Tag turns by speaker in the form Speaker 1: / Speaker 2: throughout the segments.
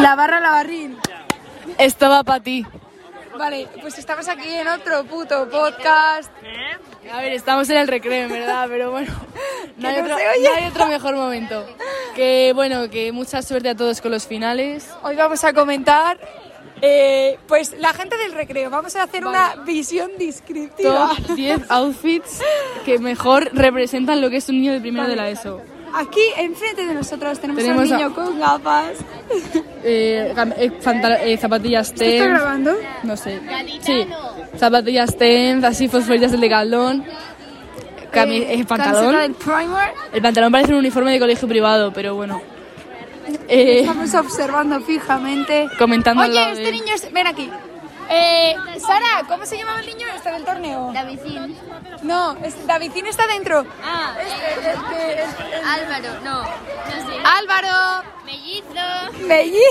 Speaker 1: La barra la barril.
Speaker 2: Esto va para ti.
Speaker 1: Vale, pues estamos aquí en otro puto podcast.
Speaker 2: A ver, estamos en el recreo, en verdad, pero bueno, no hay,
Speaker 1: no
Speaker 2: otro,
Speaker 1: se oye.
Speaker 2: no hay otro mejor momento. Que bueno, que mucha suerte a todos con los finales.
Speaker 1: Hoy vamos a comentar, eh, pues la gente del recreo. Vamos a hacer una visión descriptiva.
Speaker 2: Top 10 outfits que mejor representan lo que es un niño de primero de la ESO.
Speaker 1: Aquí enfrente de nosotros tenemos,
Speaker 2: Tenemos
Speaker 1: a
Speaker 2: a-
Speaker 1: un niño con gafas.
Speaker 2: Eh, gam- eh, fanta- eh, zapatillas
Speaker 1: ¿Esto está
Speaker 2: TEM,
Speaker 1: grabando? Eh,
Speaker 2: no sé. Sí, zapatillas TEM, así fosforillas del de Galdón. cami- eh, pantalón.
Speaker 1: camiseta del primer.
Speaker 2: El pantalón parece un uniforme de colegio privado, pero bueno. Eh,
Speaker 1: Estamos observando fijamente.
Speaker 2: comentando lo
Speaker 1: Oye,
Speaker 2: de-
Speaker 1: este niño es... Ven aquí. Eh, Sara, ¿cómo se llamaba el niño este del torneo?
Speaker 3: Davidín.
Speaker 1: No, es, Davidín está dentro.
Speaker 3: Ah, eh,
Speaker 1: Este, este, este.
Speaker 3: Álvaro, no. No sé.
Speaker 1: Álvaro,
Speaker 3: Mellizo.
Speaker 1: Belli,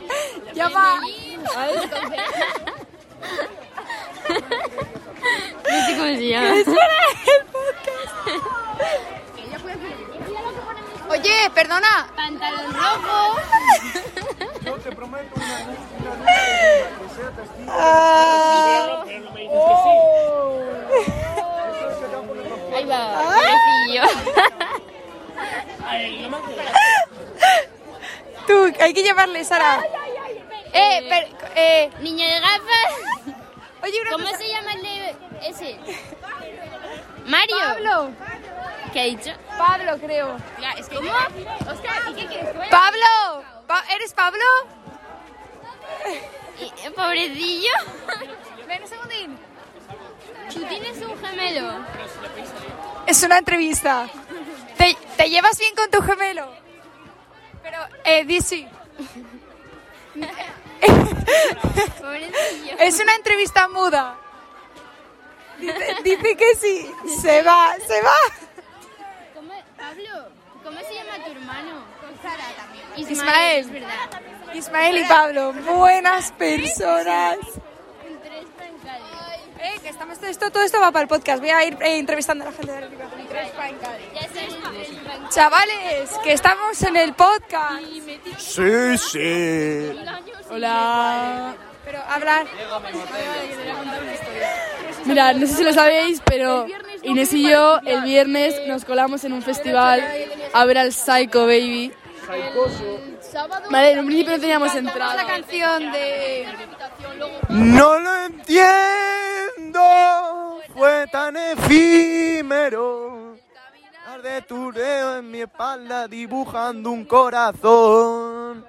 Speaker 1: ya va.
Speaker 2: No sé cómo se llama.
Speaker 1: Oye, perdona.
Speaker 3: Pantalón rojo. Ahí va. Pobrecillo.
Speaker 1: Tú, hay que llevarle, Sara. Eh, per- eh,
Speaker 3: Niño de gafas.
Speaker 1: oye, una
Speaker 3: ¿Cómo
Speaker 1: cosa.
Speaker 3: se llama el de ese? Mario.
Speaker 1: Pablo,
Speaker 3: ¿Qué ha dicho?
Speaker 1: Pablo creo.
Speaker 3: ¿Cómo? Oscar, ¿y qué quieres? ¿Cómo era?
Speaker 1: Pablo, Pa- ¿eres Pablo?
Speaker 3: Y- eh, Pobrecillo.
Speaker 1: Ven un segundín.
Speaker 3: Tú tienes un gemelo.
Speaker 1: Es una entrevista. ¿Te, te llevas bien con tu gemelo? Pero, eh, di sí.
Speaker 3: Pobrecillo.
Speaker 1: Es una entrevista muda. Dice, dice que sí. Se va, se va.
Speaker 3: ¿Cómo- Pablo, ¿cómo se llama tu hermano? Ismael.
Speaker 1: Ismael.
Speaker 3: Es verdad.
Speaker 1: Ismael y Pablo, buenas personas.
Speaker 3: Un tres para en Cádiz.
Speaker 1: Eh, que estamos esto, todo esto va para el podcast. Voy a ir eh, entrevistando a la gente de la República.
Speaker 3: Ya sabes un tres para en
Speaker 1: Chavales, que estamos en el podcast.
Speaker 4: Sí, sí.
Speaker 3: Cádiz.
Speaker 2: Hola.
Speaker 1: Pero hablar.
Speaker 2: Mira, no sé si lo sabéis, pero Inés y yo el viernes nos colamos en un festival a ver al Psycho Baby. Vale, en un principio no teníamos
Speaker 1: Cantamos la
Speaker 2: entrada.
Speaker 1: canción de.
Speaker 4: No lo entiendo. Fue tan efímero. Arde tu dedo en mi espalda dibujando un corazón.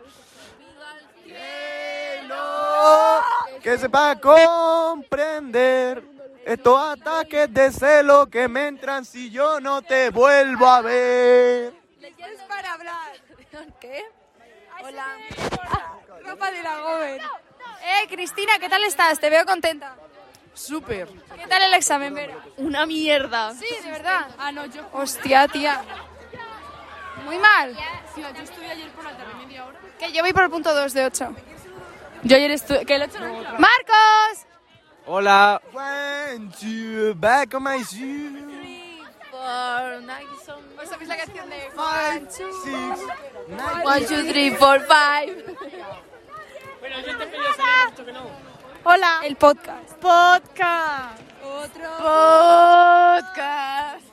Speaker 4: Quiero Que sepa comprender estos ataques de celo que me entran si yo no te vuelvo a ver.
Speaker 1: Es para hablar. ¿Qué? Hola. Ah, Ropa de la joven. Eh, Cristina, ¿qué tal estás? Te veo contenta.
Speaker 2: Súper.
Speaker 1: ¿Qué tal el examen, Vera?
Speaker 2: Una mierda.
Speaker 1: Sí, de verdad.
Speaker 2: Ah, no, yo,
Speaker 1: Hostia, tía. Muy mal.
Speaker 2: yo estuve ayer por la tarde, media hora.
Speaker 1: Que yo voy por el punto 2 de 8.
Speaker 2: Yo ayer estuve... ¿Qué, el ocho no?
Speaker 1: ¡Marcos!
Speaker 4: Hola. When you back on my shoes.
Speaker 1: ¿Os sabéis la canción de
Speaker 4: five, six, nine.
Speaker 2: One, two, three, four, five.
Speaker 1: Hola. El podcast. Podcast. Otro. Podcast.